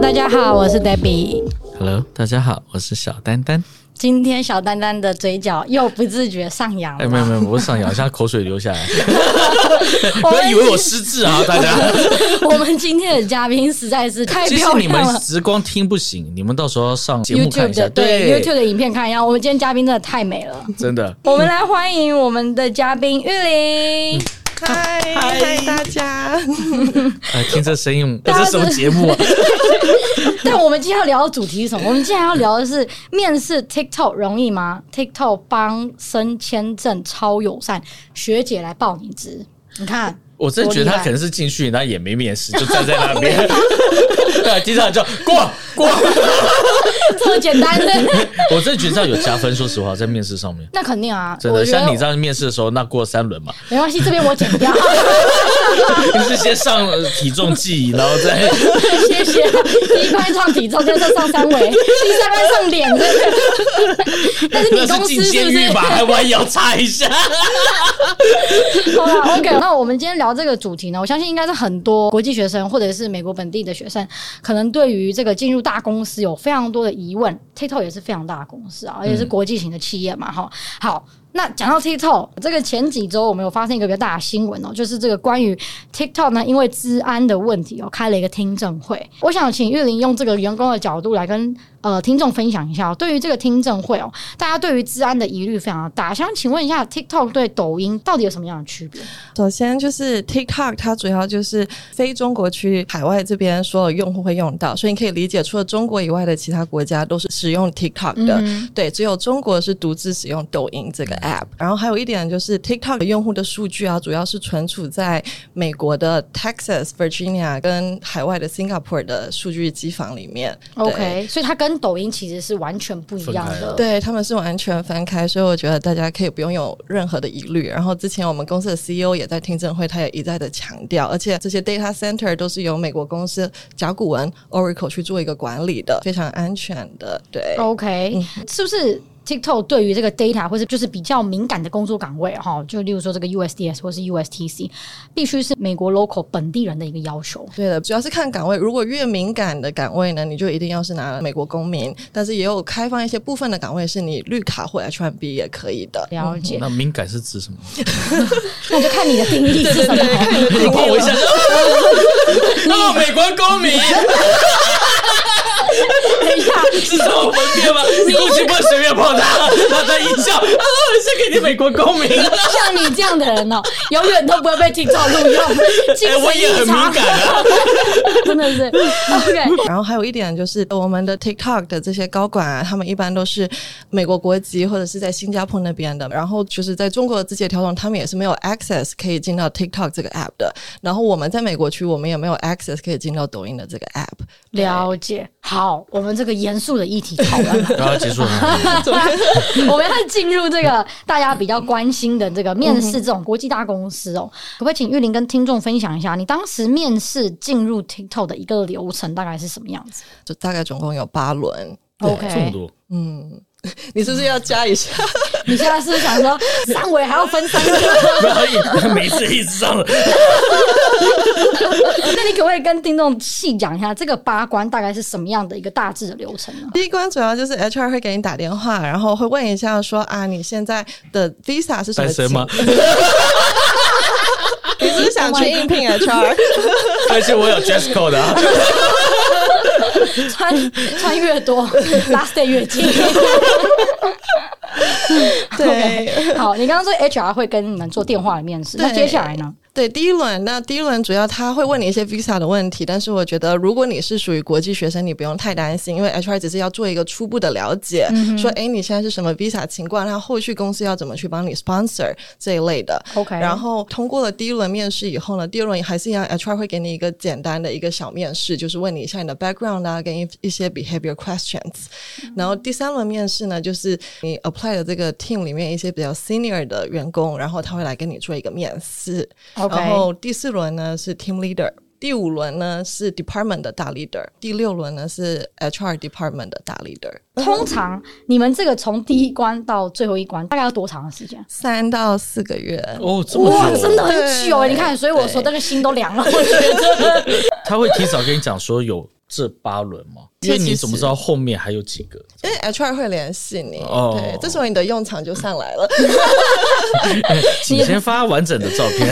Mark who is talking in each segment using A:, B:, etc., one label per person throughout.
A: 大家好，我是 Debbie。
B: Hello，大家好，我是小丹丹。
A: 今天小丹丹的嘴角又不自觉上扬
B: 哎、
A: 了。
B: 没有没有，我想咬一下，口水流 下来，
A: 我
B: 哎不要
A: 们
B: 以为我失智啊，大家。
A: 我们今天的嘉宾实在是太
B: 其实
A: 漂
B: 你
A: 亮
B: 们
A: 了。
B: 只光听不行，你们到时候上节目看
A: YouTube
B: 一下。嗯
A: 的对 YouTube 的影片看一下，我们今天嘉宾真的太美了。
B: 真的。
A: 我们来欢迎我们的嘉宾玉 玲，
C: 嗨嗨， 大家！
B: 哎，听这声音，
A: 大家
B: 这是什么节目啊？
A: 但我们今天要聊的主题是什么？我们今天要聊的是面试 TikTok 容易吗？TikTok 帮申签证超友善，学姐来报你职。你看，
B: 我真觉得他可能是进去，然后也没面试，就站在 那边。对，经常就过过。
A: 这么简单的，
B: 我真觉得这样有加分，说实话，在面试上面。
A: 那肯定啊。
B: 真
A: 我
B: 的，
A: 觉得
B: 像你这样面试的时候，那过三轮嘛，
A: 没关系，这边我剪掉，
B: 你是先上呃体重计，然后再
A: 谢谢。第一关上体重，第二关上三围，第三关上脸，真的。但是你
B: 那
A: 公
B: 是进
A: 司是
B: 监
A: 不
B: 狱
A: 是？
B: 吧，还弯腰擦一下。
A: 好了，OK。那我们今天聊这个主题呢，我相信应该是很多国际学生或者是美国本地的学生，可能对于这个进入大公司有非常多的疑问。TikTok 也是非常大的公司啊，而且是国际型的企业嘛，哈、好。那讲到 TikTok，这个前几周我们有发生一个比较大的新闻哦，就是这个关于 TikTok 呢，因为治安的问题哦，开了一个听证会。我想请玉玲用这个员工的角度来跟呃听众分享一下、哦，对于这个听证会哦，大家对于治安的疑虑非常大。想请问一下，TikTok 对抖音到底有什么样的区别？
C: 首先就是 TikTok，它主要就是非中国区海外这边所有用户会用到，所以你可以理解，除了中国以外的其他国家都是使用 TikTok 的。对，只有中国是独自使用抖音这个 app。然后还有一点就是 TikTok 的用户的数据啊，主要是存储在美国的 Texas、Virginia 跟海外的 Singapore 的数据机房里面。对
A: OK，所以它跟抖音其实是完全不一样
B: 分开
A: 的。
B: 的
C: 对，他们是完全分开，所以我觉得大家可以不用有任何的疑虑。然后之前我们公司的 CEO 也在听证会，他也一再的强调，而且这些 data center 都是由美国公司甲骨文 Oracle 去做一个管理的，非常安全的。对，
A: OK，、是不
B: 嗯
A: 是 TikTok 对于这个 data 或是就是比较敏感的工作岗位哈，就例如说这个 USDS 或是 USTC，必须是美国 local 本地人的一个要求。
C: 对的，主要是看岗位。如果越敏感的岗位呢，你就一定要是拿美国公民，但是也有开放一些部分的岗位是你绿卡或 H1B 也可以的。
A: 了解，
B: 嗯那敏感是指什么？
A: 那就看你的定义是什么。
B: 你碰我一 下就，哦，美国公民
A: 等一下，
B: 是这种分辨吗？你过去不能随便碰他，他他一笑，啊，我是给你美国公民。
A: 像你这样的人哦、永远都不会被 TikTok 录用，精
B: 哎，我
A: 神
B: 也
A: 异
B: 很敏
A: 常，
B: 感啊。
A: 真的是 OK。
C: 然后还有一点就是，呃我们的 TikTok 的这些高管啊，他们一般都是美国国籍或者是在新加坡那边的，然后就是在中国的字节跳动，他们也是没有 access 可以进到 TikTok 这个 app 的。然后我们在美国区，我们也没有 access 可以进到抖音的这个 app。
A: 了解，好，我们这个严肃的议题讨论完
B: 然后结束了，
A: 我们要进入这个大家比较关心的这个面试这种国际大公司哦，可不可以请玉玲跟听众分享一下，你当时面试进入 TikTok 的一个流程大概是什么样子
C: 就大概总共有八轮。
B: 这么
A: ？OK，
B: 多，
C: 你是不是要加一下？
A: 你现在是不是想说上尾还要分三个？
B: 然后每次一直这样，
A: 那你可不可以跟听众细讲一下这个八关大概是什么样的一个大致的流程呢？
C: 第一关主要就是 HR 会给你打电话，然后会问一下说啊，你现在的 visa 是什么？
B: 单身 吗？？
C: 你是不是想去 应聘 HR？
B: 而且我有 dress code 的啊，
A: 穿穿越 多，last day 越近。
C: 对。
A: 好，你刚刚说 HR 会跟你们做电话的面试，那
C: 对
A: 接下来呢？
C: 对，第一轮，那第一轮主要他会问你一些 visa 的问题，但是我觉得如果你是属于国际学生，你不用太担心，因为 HR 只是要做一个初步的了解，说哎你现在是什么 visa 情况，那后续公司要怎么去帮你 sponsor 这一类的。
A: OK
C: 然后通过了第一轮面试以后呢，第二轮还是一样，HR 会给你一个简单的一个小面试，就是问你一下你的 background 啊，跟一一些 behavior questions。然后第三轮面试呢，就是你 apply 的这个 team 里面一些比较 senior 的员工，然后他会来跟你做一个面试。
A: OK
C: 然后第四轮呢是 team leader。第五轮呢是 department 的大 leader，第六轮呢是 HR department 的大 leader，
B: 嗯
A: 通常你们这个从第一关到最后一关大概要多长的时间？
C: 三到四个月。
B: 哦，这
A: 哇，
B: 么
A: 真
B: 久，
A: 的欸很久哎！你看，所以我说那个心都凉了。我觉得
B: 他会提早跟你讲说有这八轮吗？
C: 这
B: 因为你
C: 其
B: 怎么
C: 实
B: 知道后面还有几个？
C: 因为 HR 会联系你，
B: 哦
C: 对，这时候你的用场就上来了。
B: 请先发完整的照片。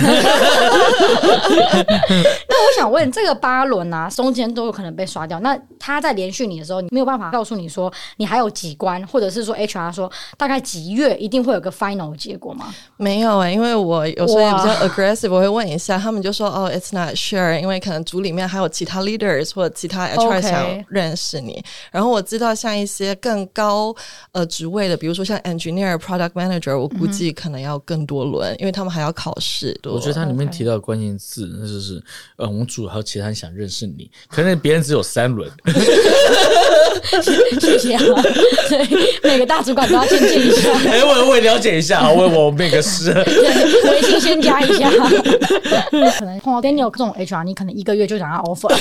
A: 那我想问，这个八轮啊，中间都有可能被刷掉。那他在连续你的时候，你没有办法告诉你说你还有几关，或者是说 HR 说大概几月一定会有个 final 结果吗？
C: 没有哎、因为我有时候也比较
A: 哇
C: aggressive，我会问一下，他们就说哦，it's not sure，因为可能组里面还有其他 leaders 或者其他 HR
A: OK
C: 想认识你。然后我知道像一些更高呃职位的，比如说像 engineer、product manager，我
A: 嗯
C: 估计可能要更多轮，因为他们还要考试。对
B: 我觉得它里面提到的关键字，那就是呃，我们组还有其他人想认识你，可能别人只有三轮，
A: 谢谢啊，所以每个大主管都要见见一下，
B: 哎，我我也了解一下啊，我我那个是，
A: 对微信先加一下。 可能碰到 Daniel 这种 HR，你可能一个月就想要 offer。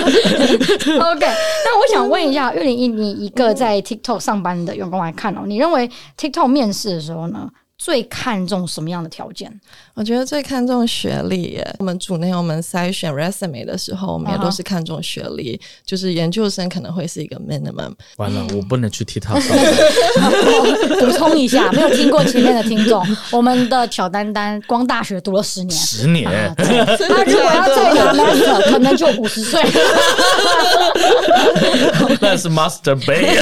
A: OK，那我想问一下，玉林一，你一个在 TikTok 上班的员工来看哦，你认为 TikTok 面试的时候呢，最看重什么样的条件？
C: 我觉得最看重学历耶。我们组内我们筛选 resume 的时候，我们也
A: 啊哈
C: 都是看重学历就是研究生可能会是一个 minimum。
B: 完了，我不能去踢他上班。
A: 补充一下，没有听过前面的听众， 我们的小丹丹光大学读了十年，
B: 十年
A: 啊，对他如果要再拿 master，可能就五十岁。
B: 那是 Master Bay，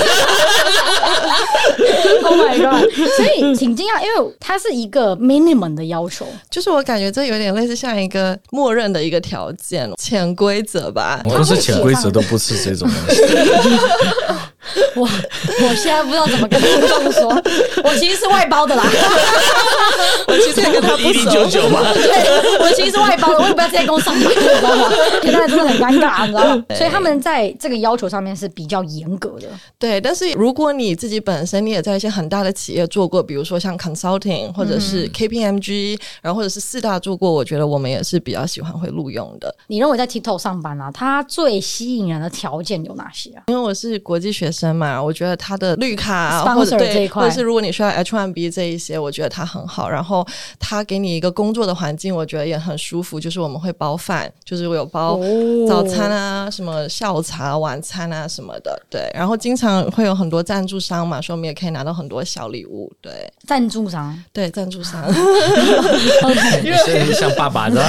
A: Oh my god！所 以挺惊讶，因为它是一个 minimum 的要求，
C: 就是我感觉这有点类似像一个默认的一个条件、潜规则吧。
B: 我都是潜规则都不吃这种东西。
A: 我我现在不知道怎么跟听众 说，我其实是外包的啦，
C: 我其实也跟他不
B: 一零九
C: 熟，
B: 九嘛，
A: 对我其实是外包的，我也不要在这家公司上班，你知道吗？现在真的很尴尬，你知 道吗？所以他们在这个要求上面是比较严格的。
C: 对。但是如果你自己本身你也在一些很大的企业做过，比如说像 consulting 或者是 KPMG，、然后或者是四大做过，我觉得我们也是比较喜欢会录用的。
A: 你认为在 TikTok 上班啊，它最吸引人的条件有哪些啊？
C: 因为我是国际学生嘛，我觉得他的绿卡啊
A: Sponsor
C: 或者
A: 这
C: 对，
A: 一块
C: 或者是如果你需要 H1B 这一些，我觉得他很好。然后他给你一个工作的环境，我觉得也很舒服。就是我们会包饭，就是我有包
A: 哦
C: 早餐啊、什么下午茶、晚餐啊什么的。对，然后经常会有很多赞助商嘛，所以我们也可以拿到很多小礼物。对，
A: 赞助商
C: 对，赞助 商。
B: 是像爸爸的，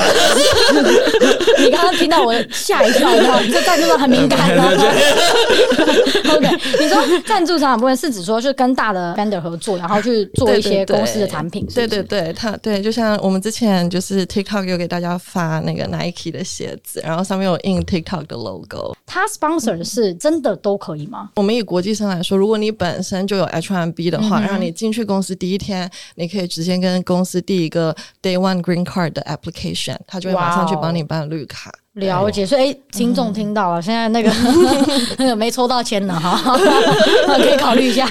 A: 你刚刚听到我吓一跳，你知道吗这赞助商很敏感 哦。OK，你 说赞助商的部分是指说，就是跟大的 vendor 合作，然后去做一些
C: 对对对
A: 公司的产品
C: 对
A: 是不
C: 对
A: 是，
C: 对，他对，就像我们之前就是 TikTok 有给大家发那个 Nike 的鞋子，然后上面有印 TikTok 的 logo。
A: 他 sponsor 是真的都可以吗？
C: 我们以国际生来说，如果你本身就有 H1B 的话，
A: 嗯哼
C: 让你进去公司第一天，你可以直接跟公司递一个 Day One Green Card 的 application，他就会马上去帮你
A: 哦
C: 办绿卡。
A: 了解，所以哎，听
C: 嗯
A: 众听到了，现在那个 那个没抽到签的哈，可以考虑一下。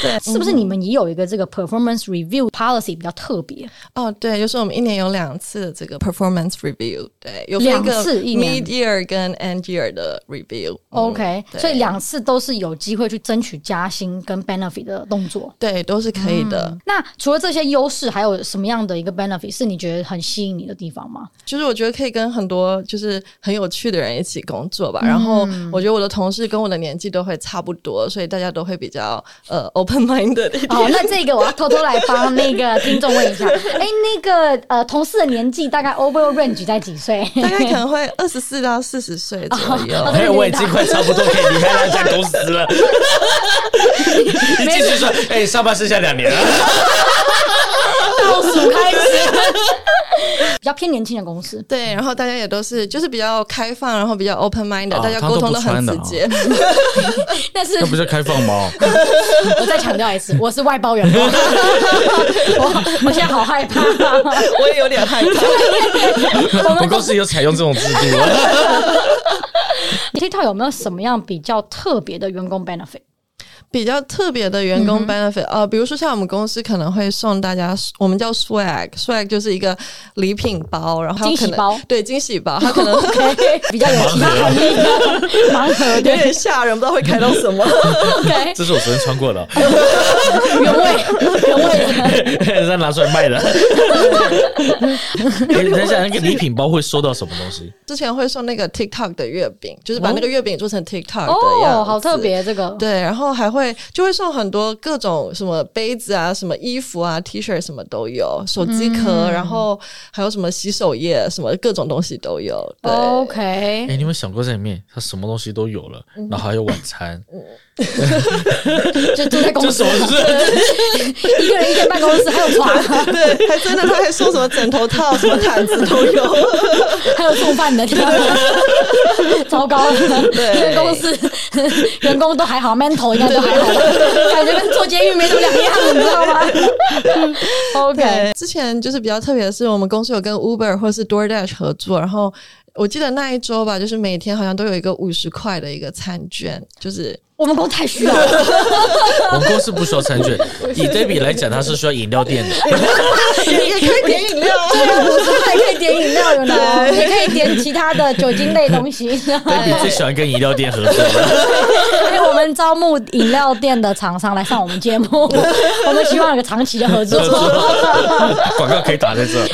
A: 对，是不是你
C: 嗯
A: 们也有一个这个 performance review policy 比较特别？
C: 哦，对，就是我们一年有两次的这个 performance review，对，有分
A: 两
C: 个
A: 次一年
C: mid year 跟 end year 的 review 嗯。
A: OK，
C: 对
A: 所以两次都是有机会去争取加薪跟 benefit 的动作。
C: 对都是可以的。
A: 那除了这些优势，还有什么样的一个 benefit 是你觉得很吸引你的地方吗？
C: 就是我觉得可以跟很多就是很有趣的人一起工作吧。然后
A: 嗯
C: 我觉得我的同事跟我的年纪都会差不多，所以大家都会比较呃 open minded 一点。
A: 哦，那这个我要偷偷来帮那个听众问一下， 哎、那个呃，同事的年纪大概 overall range 在几岁？
C: 大概可能会二十四到四十岁左右。
A: 哦
B: 哎，我已经快差不多可以离开那家公司了。你继续说，哎，上班剩下两年了，
A: 倒数开始， 比较偏年轻的公司。
C: 对，然后大家也都是就是比较开放，然后比较 open mind，、
B: 哦
C: 大家沟通得很直接。
A: 哦但是
B: 那不是开放吗？
A: 我再强调一 次，我是外包员工，哦我我现在好害 怕。
C: 我也有点 害怕。
B: 我们公司有采用这种制度啊。
A: TikTok 有没有什么样比较特别的员工 benefit？
C: 比较特别的员
A: 嗯
C: 工 benefit，、呃，比如说像我们公司可能会送大家，我们叫 swag，swag 就是一个礼品包，然后它
A: 惊
C: 可
A: 喜
C: 能
A: 包
C: 对惊喜包，它可能
A: OK，比较有其他含义， 盲盒
C: 有
A: 对
C: 点吓人，不知道会开到 什么。
A: ，OK，
B: 这是我昨天穿过的，
A: 原味原味 的，
B: 再拿出 来卖的。哎等一下，那个礼品包会收到什么东
A: 嗯
B: 西？
C: 之前会送那个 TikTok 的月饼，就是把那个月饼做成 TikTok 的样子，
A: 哦，好特。别这个，
C: 对，然后还会就会送很多各种什么杯子啊、什么衣服啊、T 恤什么都有，手机壳，然后还有什么洗手液，什么各种东西都有。对，
B: 哎、
A: OK，
B: 你有没有想过在里面，它什么东西都有了，
A: 嗯
B: 然后还有晚餐，
A: 就就 在公
B: 这
A: 司
B: 什么 是？
A: 一个人一间办公室，还有 床，
C: 对，还真的，他还送什么枕头套、什么毯子都有。
A: 还有送饭的，天啊糟糕了！
C: 对
A: 这个公司员工都还好，mental 应该都还好，感觉跟坐监狱没什么两样，你知道吗？OK，
C: 对，之前就是比较特别的是，我们公司有跟 Uber 或是 DoorDash 合作，然后我记得那一周吧，就是每天好像都有一个五十块的一个餐券，就是
A: 我们公司太需要了，
B: 我们公司不需要餐券，以 Debbie 来讲，它是需要饮料店 的。
C: 也可以点饮料。
A: 五十块可以点饮料，有呢，也可以点其他的酒精类东西。
B: Debbie 最喜欢跟饮料店合 作了，
A: 所以我们招募饮料店的厂商来上我们节目，我们希望有个长期的合作
B: 合。作 广告可以打在这。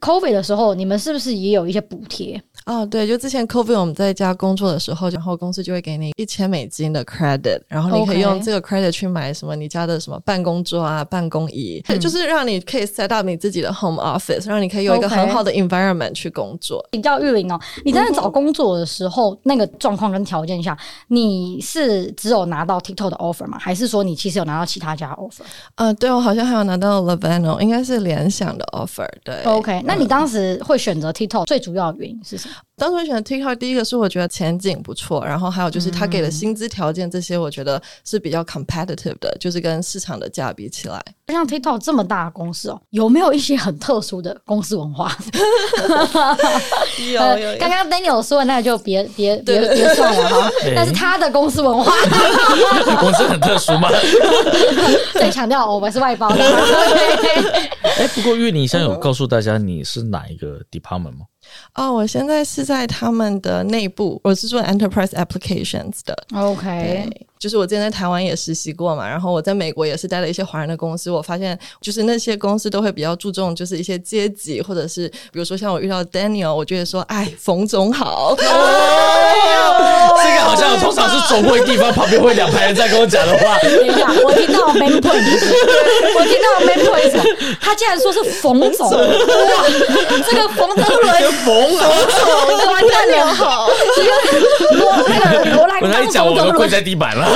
A: COVID 的时候，你们是不是也有一些补贴？
C: 哦，对，就之前 COVID 我们在家工作的时候，然后公司就会给你一千美金的 credit，然后你可
A: OK
C: 以用这个 credit 去买什么你家的什么办公桌啊、办公椅，
A: 嗯
C: 就是让你可以 set up 你自己的 home office，让你可以有一个
A: OK
C: 很好的 environment 去工作。
A: 比较玉林哦，你在找工作的时候，那个状况跟条件下，你是只有拿到 TikTok 的 offer 吗？还是说你其实有拿到其他家的 offer？OK，、
C: 啊，对，我好像还有拿到 Levano，应该是联想的 offer。对
A: OK，那你当时会选择 TikTok 最主要的原因是什么？
C: 当时我选 TikTok，第一个是我觉得前景不错，然后还有就是他给的薪资条件这些，我觉得是比较 competitive 的，就是跟市场的价比起来。
A: 就像 TikTok 这么大的公司哦，有没有一些很特殊的公司文化？
C: 哦有
A: 呃刚刚 Daniel 说的那就别别别
C: 对
A: 别算了哈
B: 对，
A: 但是他的公司文 化
B: 我是很特 殊吗？
A: 最强调我们是外包 的。对
B: 哎、不过玉林现在有告诉大家你是哪一个 department 吗？
C: 哦，我现在是在他们的内部，我是做 enterprise applications 的。
A: OK，
C: 对，就是我之前在台湾也实习过嘛，然后我在美国也是待了一些华人的公司，我发现就是那些公司都会比较注重就是一些阶级，或者是比如说像我遇到 Daniel，我就会说，哎，冯总好，
A: 哦
B: 这个好像我通常是总会地方旁边会两排人在跟我讲的 话。
A: 等一下，我听到 main point，是什么我听到 main point 是什么？他竟然说是冯总，哇，这个冯德伦
B: 跟冯啊！
A: 完蛋了，
C: 好，
A: 这个罗那个 罗兰
B: 我跟
A: 刚
B: 你讲，
A: 冯
B: 我
A: 德
B: 都跪
A: 伦，
B: 在地板了。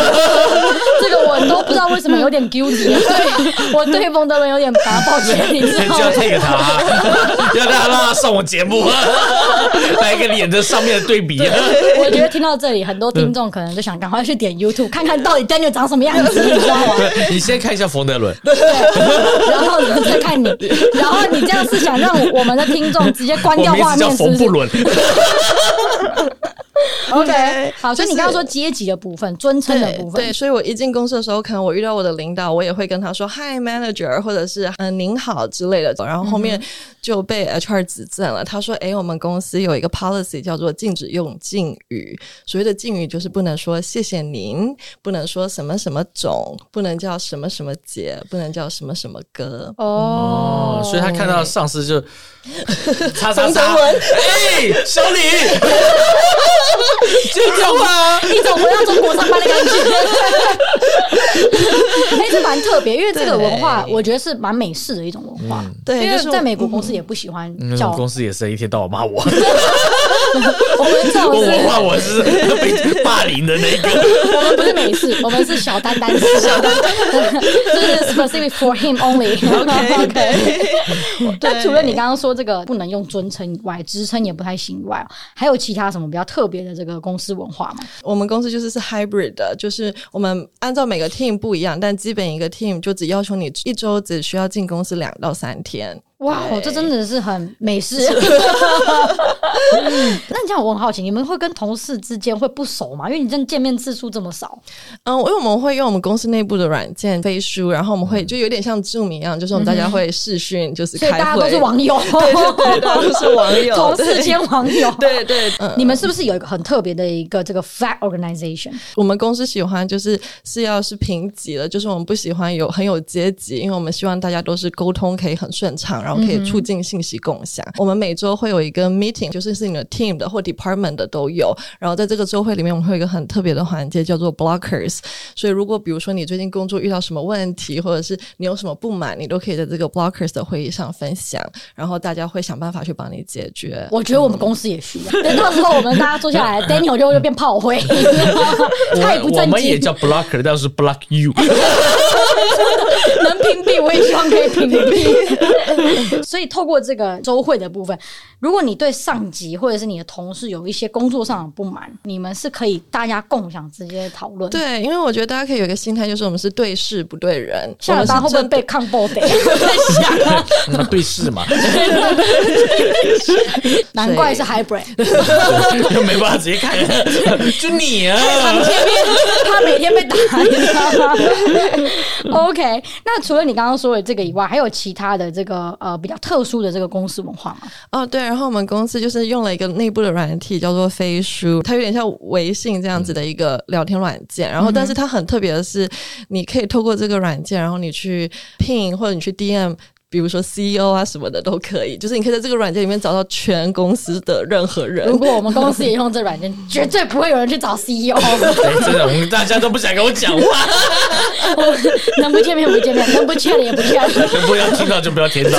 A: 这个我都不知道为什么有点啊 guilty，对我对冯德伦有点把抱歉， 你知
B: 人
A: 道
B: 就要
A: 吗？
B: take 他，要让他让 他上我节目， 来一个脸的上面的对比。
A: 我觉得听到这里，很多听众可能就想赶快去点 YouTube 看看到底 Daniel 长什么样子，你知道吗？
B: 对 你先看一下冯德伦，
A: 然后你再 看你，然后你这样是想让我们的听众直接关
B: 我
A: 掉
B: 名
A: 画
B: 字叫
A: 面，是不
B: 冯
A: 是
B: 布伦。
A: ？OK，好，所以
C: 就是
A: 你刚刚说阶级的部分、尊称的
C: 对
A: 部分
C: 对，，所以我一进公司的时候，可能我遇到我的领导，我也会跟他说 “Hi manager” 或者是“嗯您好”之类的，然后后
A: 嗯
C: 面就被 HR 指正了。他说：“诶，我们公司有一个 policy 叫做禁止用敬语，所谓的敬语就是不能说谢谢您，不能说什么什么总，不能叫什么什么姐，不能叫什么什么哥。”
A: 哦
B: 哦，所以他看到上司就叉叉
C: 冯
B: 叉
C: 德伦，
B: 哎，小 李，就这样吧。
A: 一种回到中国上班的感觉。哎，这蛮特别，因为这个文化，
C: 对嗯
A: 我觉得是蛮美式的一种文化。
C: 对，
A: 因
C: 就
A: 为
C: 是嗯
A: 在美国公司也不喜欢
B: 那
A: 叫
B: 种嗯公司也是一天到晚骂我，
A: 我们这
B: 我
A: 种
B: 我
A: 是，
B: 骂我是被霸凌的那个。
A: 我们不是美 式，我们是小丹丹式，小丹丹， 就是 specific for him only。
C: OK OK，
A: 那除了你刚刚说这个不能用尊称以外，职称也不太行以外，还有其他什么比较特别的这个公司文化吗？
C: 我们公司就是是 hybrid 的，就是我们按照每个 team 不一样，但基本一个 team 就只要求你一周只需要进公司两到三天。
A: 哇，
C: 对
A: 这真的是很美 式。 那你这样我很好奇，你们会跟同事之间会不熟吗？因为你真的见面次数这么少，
C: 嗯，因为我们会用我们公司内部的软件飞书，然后我们会就有点像 Zoom 一样，就是我们大家会视讯，就是
A: 嗯所以
C: 开会，
A: 大家都是网友，
C: 对对对，大家都是网友，
A: 同事
C: 对
A: 间网友。
C: 对对，嗯
A: 你们是不是有一个很特别的一个这个 flat organization？
C: 我们公司喜欢就是是要是平级的，就是我们不喜欢有很有阶级，因为我们希望大家都是沟通可以很顺畅，然后可以促进信息共享。
A: 嗯
C: 我们每周会有一个 meeting，就是是你的 team 的或 department 的都有。然后在这个周会里面，我们会有一个很特别的环节叫做 blockers。所以如果比如说你最近工作遇到什么问题，或者是你有什么不满，你都可以在这个 blockers 的会议上分享，然后大家会想办法去帮你解决。
A: 我觉得我们公司也需要。对，到时候我们大家坐下来，Daniel 就就变炮灰，他也不
B: 我我
A: 正
B: 们也
A: 经，
B: 叫 blocker，但是 block you。
A: 能屏蔽我也希望可以屏蔽。 所以透过这个周会的部分，如果你对上级或者是你的同事有一些工作上的不满，你们是可以大家共享直接讨论。，
C: 对，因为我觉得大家可以有一个心态，就是我们是对事不对人。
A: 下了班会不
C: 我
A: 会
C: 们是针
A: 被抗暴的？在想，
B: 那对视嘛，
A: 难怪是 hybrid。
B: 就没办法直接 看，就你啊，
A: 前面他每天被打，你知道吗？OK，那除了你刚刚说的这个以外，还有其他的这个呃比较特殊的这个公司文化吗？
C: 哦，对，然后我们公司就是用了一个内部的软体叫做飞书，它有点像微信这样子的一个聊天软件。然后，但是它很特别的是，你可以透过这个软件，然后你去 ping 或者你去 DM。比如说 CEO 啊什么的都可以，就是你可以在这个软件里面找到全公司的任何人
A: 如。果我们公司也用这软件，绝对不会有人去找 CEO，
B: 哎真的，我们大家都不想跟我讲话，
A: 能不见面不见面，能不见了也不见了。
B: 不要听到就不要听到。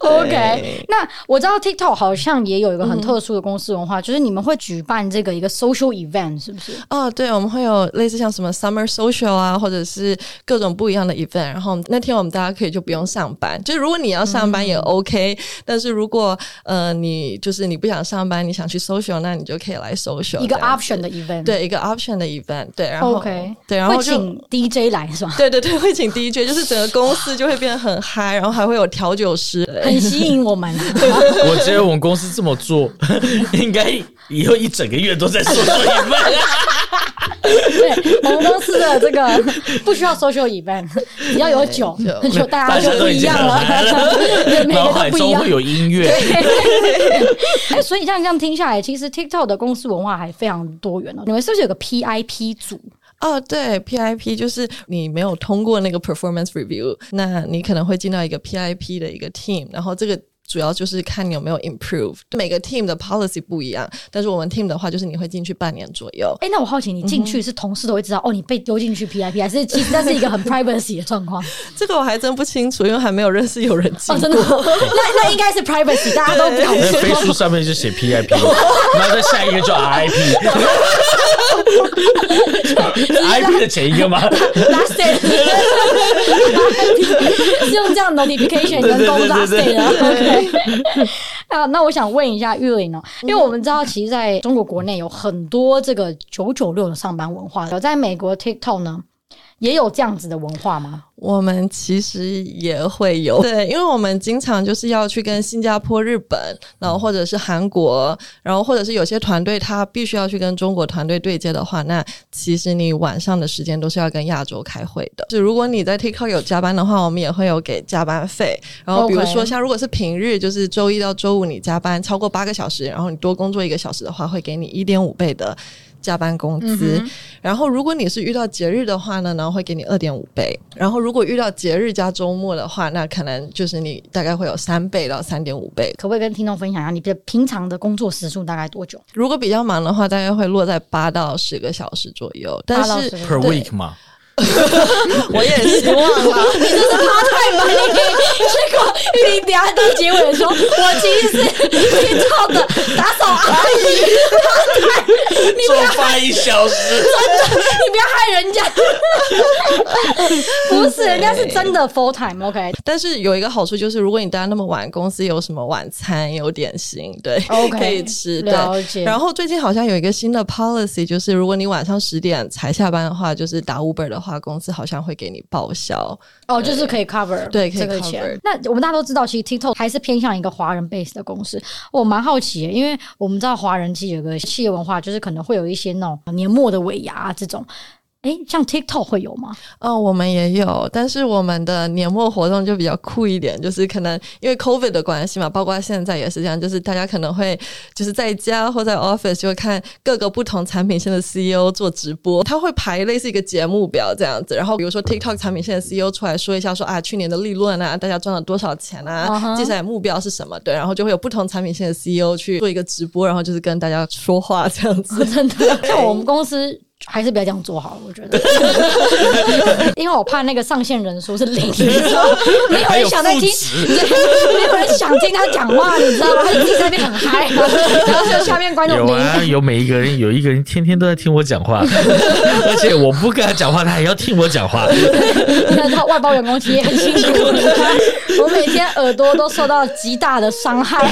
A: OK，那我知道 TikTok 好像也有一个很特殊的公司文化，就是你们会举办这个一个 social event，是不是？
C: 哦，对，我们会有类似像什么 summer social 啊，或者是各种不一样的 event。然后那天我们大家可以就不用上班，就是如果你要上班也
A: 嗯
C: OK，、但是如果呃你就是你不想上班，你想去 social，那你就可以来 social
A: 一个
C: 这样子
A: option 的 event。
C: 对一个 option 的 event，对，然后
A: ，OK，
C: 对，然
A: 会
C: 后就。
A: 请 DJ 来是吧？
C: 对对对，会请 DJ，就是整个公司就会变得很嗨，然后还会有调 酒师，
A: 很吸引我们。
B: 我觉得我们公司这么做， 应该以后一整个月都在说说你们。
A: 对，我们公司的这个不需要 social event，只要有酒，就大家就不一样了，
B: 大家都已经
A: 对 每
B: 然后
A: 个
B: 海
A: 都不一
B: 中
A: 样
B: 会。有音乐，
A: 哎，所以这样这样听下来，其实 TikTok 的公司文化还非常多元哦。你们是不是有个 PIP 组？
C: 哦，对，PIP 就是你没有通过那个 performance review，那你可能会进到一个 PIP 的一个 team，然后这个。主要就是看你有没有 improve，每个 team 的 policy 不一样，但是我们 team 的话，就是你会进去半年左右。
A: 哎，那我好奇，你进
B: 嗯
A: 去是同事都会知道、哦，你被丢进去 PIP，还是其实那是一个很 privacy 的状 况？
C: 这个我还真不清楚，因为还没有认识有人进
A: 哦，真的吗，那那应该是 privacy，大家都不 敢
B: 那飞书
A: 说。
B: 上面就写 PIP，然后再下一个就 RIP。IP 的前一个吗？
A: last day 是用这样 notification 跟公 last day 的。OK，啊， 那我想问一下玉玲哦，因为我们知道，其实在中国国内有很多这个九九六的上班文化，有在美国 TikTok 呢。也有这样子的文化吗？
C: 我们其实也会有，对，因为我们经常就是要去跟新加坡、日本，然后或者是韩国，然后或者是有些团队他必须要去跟中国团队对接的话，那其实你晚上的时间都是要跟亚洲开会的。就如果你在 TikTok 有加班的话，我们也会有给加班费。然后比如
A: OK
C: 说像如果是平日，就是周一到周五你加班超过八个小时，然后你多工作一个小时的话，会给你一点五倍的加班工资。然后如果你是遇到节日的话呢，然后会给你二点五倍。然后如果遇到节日加周末的话，那可能就是你大概会有三倍到三点五倍。
A: 可不可以跟听众分享一下你的平常的工作时数大概多久？
C: 如果比较忙的话，大概会落在八到十个小时左 右。但
A: 八到
C: 是
A: 10
B: Per week 嘛，
C: 我也希望啦，
A: 太满意，结果玉玲等下到结尾说，我其实是听到的打扫阿姨，
B: 做饭一小时，
A: 你不要害人家， 不是，人家是真的 full time。OK
C: 但是有一个好处就是，如果你待那么晚，公司有什么晚餐有点心，对
A: OK，
C: 可以吃。对
A: 了解
C: 然后最近好像有一个新的 policy，就是如果你晚上十点才下班的话，就是打 Uber 的话，公司好像会给你报销。
A: 哦，就是可以 cover
C: 对可以
A: 这个
C: cover
A: 钱。那我们大家都知道，其实 TikTok 还是偏向一个华人 base 的公司。我蛮好奇耶，因为我们知道华人其实有个企业文化，就是可能会有一些那种年末的尾牙、啊、这种。诶，像 TikTok 会有吗？
C: 哦，我们也有，但是我们的年末活动就比较酷一点，就是可能因为 COVID 的关系嘛，包括现在也是这样，就是大家可能会就是在家或在 office 就会看各个不同产品线的 CEO 做直播，他会排类似一个节目表这样子，然后比如说 TikTok 产品线的 CEO 出来说一下说啊去年的利润啊，大家赚了多少钱
A: 嗯
C: 啊，
A: 哼
C: 接下来目标是什么，对，然后就会有不同产品线的 CEO 去做一个直播，然后就是跟大家说话这样 子，
A: 真的，像我们公司还是不要这样做好了，我觉得， 因为我怕那个上线人数是零，你知道吗没有
B: 还有
A: 人想再
B: 负
A: 听，
B: 值，
A: 没有人想听他讲话，你知道吗？他自己在那边很嗨，然后就下面观众
B: 有
A: 零。
B: 啊，有每一个 人，有一个人天天都在听我讲话， 而且我不跟他讲话，他还要听我讲话。
A: 那他外包员工其实也 很辛苦，我每天耳朵都受到极大的伤害。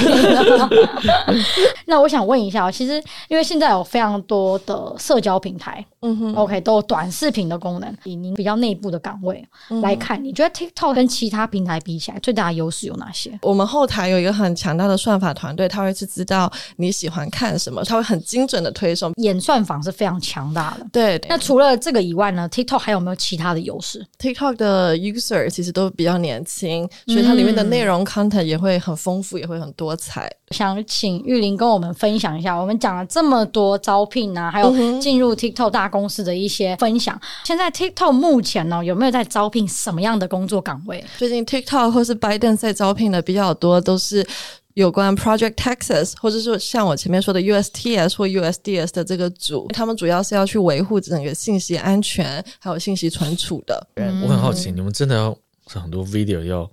A: 那我想问一下哦，其实因为现在有非常多的社交平台，
C: 嗯哼。
A: OK，都有短视频的功能。以您比较内部的岗位来看，你觉得 TikTok 跟其他平台比起来，最大的优势有哪些？
C: 我们后台有一个很强大的算法团队，他会去知道你喜欢看什么，他会很精准的推送。
A: 演算法是非常强大的。
C: 对，
A: 那
C: 那
A: 除了这个以外呢，TikTok 还有没有其他的优势？
C: TikTok 的 user 其实都比较年轻，所以它里面的内容 content 也会很丰富，也会很多彩。
A: 想请玉林跟我们分享一下，我们讲了这么多招聘啊，还
C: 嗯
A: 有进入 TikTok 大公司的一些分享。现在 TikTok 目前呢、有没有在招聘什么样的工作岗 位？
C: 最近 TikTok 或是 Biden 在招聘的比较多，都是。有关 Project Texas，或者是像我前面说的 USTS 或 USDS 的这个组，他们主要是要去维护整个信息安全还有信息存储的。
B: 我很好奇，你们真的要是很多 video 要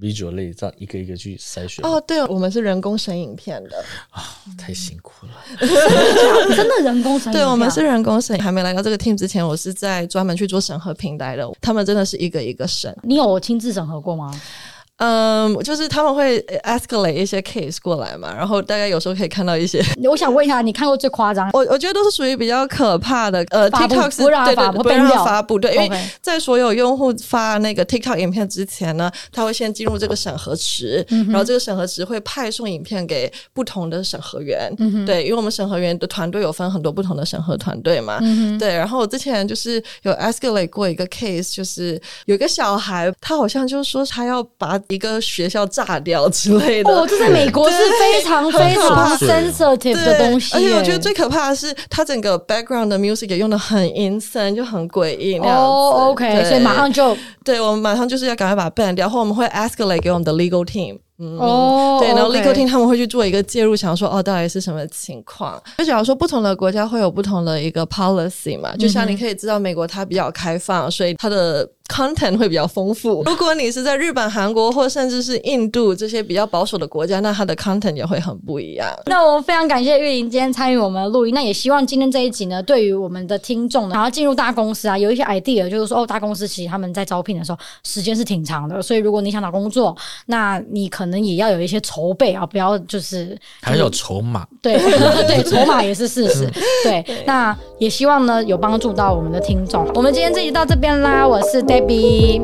B: visual 类，这样一个一个去筛选，
C: 哦，对，我们是人工审影片的。
B: 太辛苦了。
A: 真的人工成
C: 对，我们是
A: 影
C: 人工审，还没来到这个 team 之前，我是在专门去做审核平台的。他们真的是一个一个审，
A: 片你有亲自审核过吗？
C: 嗯，就是他们会呃 escalate 一些 case 过来嘛，然后大家有时候可以看到 一些，？
A: 我想问一下，你看过最夸张
C: 我我觉得都是属于比较可怕的。呃
A: 发布
C: ，TikTok 是
A: 不让
C: 对对
A: 发布
C: 不
A: 被
C: 让
A: 料
C: 发布，对，因为
A: OK
C: 在所有用户发那个 TikTok 影片之前呢，他会先进入这个审核池，
A: 嗯
C: 然后这个审核池会派送影片给不同的审核员。
A: 嗯
C: 对，因为我们审核员的团队有分很多不同的审核团队嘛。
A: 嗯
C: 对，然后我之前就是有 escalate 过一个 case，就是有一个小孩，他好像就说他要把一个学校炸掉之类的。
A: 哦，这在美国是非 常非
C: 很可
A: 常
C: 怕
A: sensitive 的东西耶，
C: 而且我觉得最可怕的是，他整个 background 的 music 也用的很阴森，就很诡异那样子。
A: 哦，OK，
C: 对
A: 所以马上就
C: 对我们马上就是要赶快把它 ban 掉，或我们会 escalate 给我们的 legal team。嗯，
A: 哦
C: 对，然后
A: OK
C: legal team 他们会去做一个介入，想说哦，到底是什么情况？就假如说不同的国家会有不同的一个 policy
A: 嗯
C: 嘛，就像你可以知道美国它比较开放，所以它的 content 会比较丰富。如果你是在日本、韩国或甚至是印度这些比较保守的国家，那它的 content 也会很不一样。
A: 那我们非常感谢玉玲今天参与我们的录音，那也希望今天这一集呢，对于我们的听众呢，然后进入大公司啊，有一些 idea，就是说哦，大公司其实他们在招聘的时候时间是挺长的，所以如果你想找工作，那你可能也要有一些筹备啊，不要就是
B: 还有筹码，
A: 对对，筹码也是事实。对，那也希望呢有帮助到我们的听众。我们今天这集到这边啦，我是 Debbie，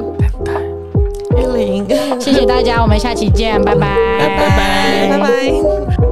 C: 玉玲，
A: 谢谢大家，我们下期见，拜拜，
C: 拜拜拜。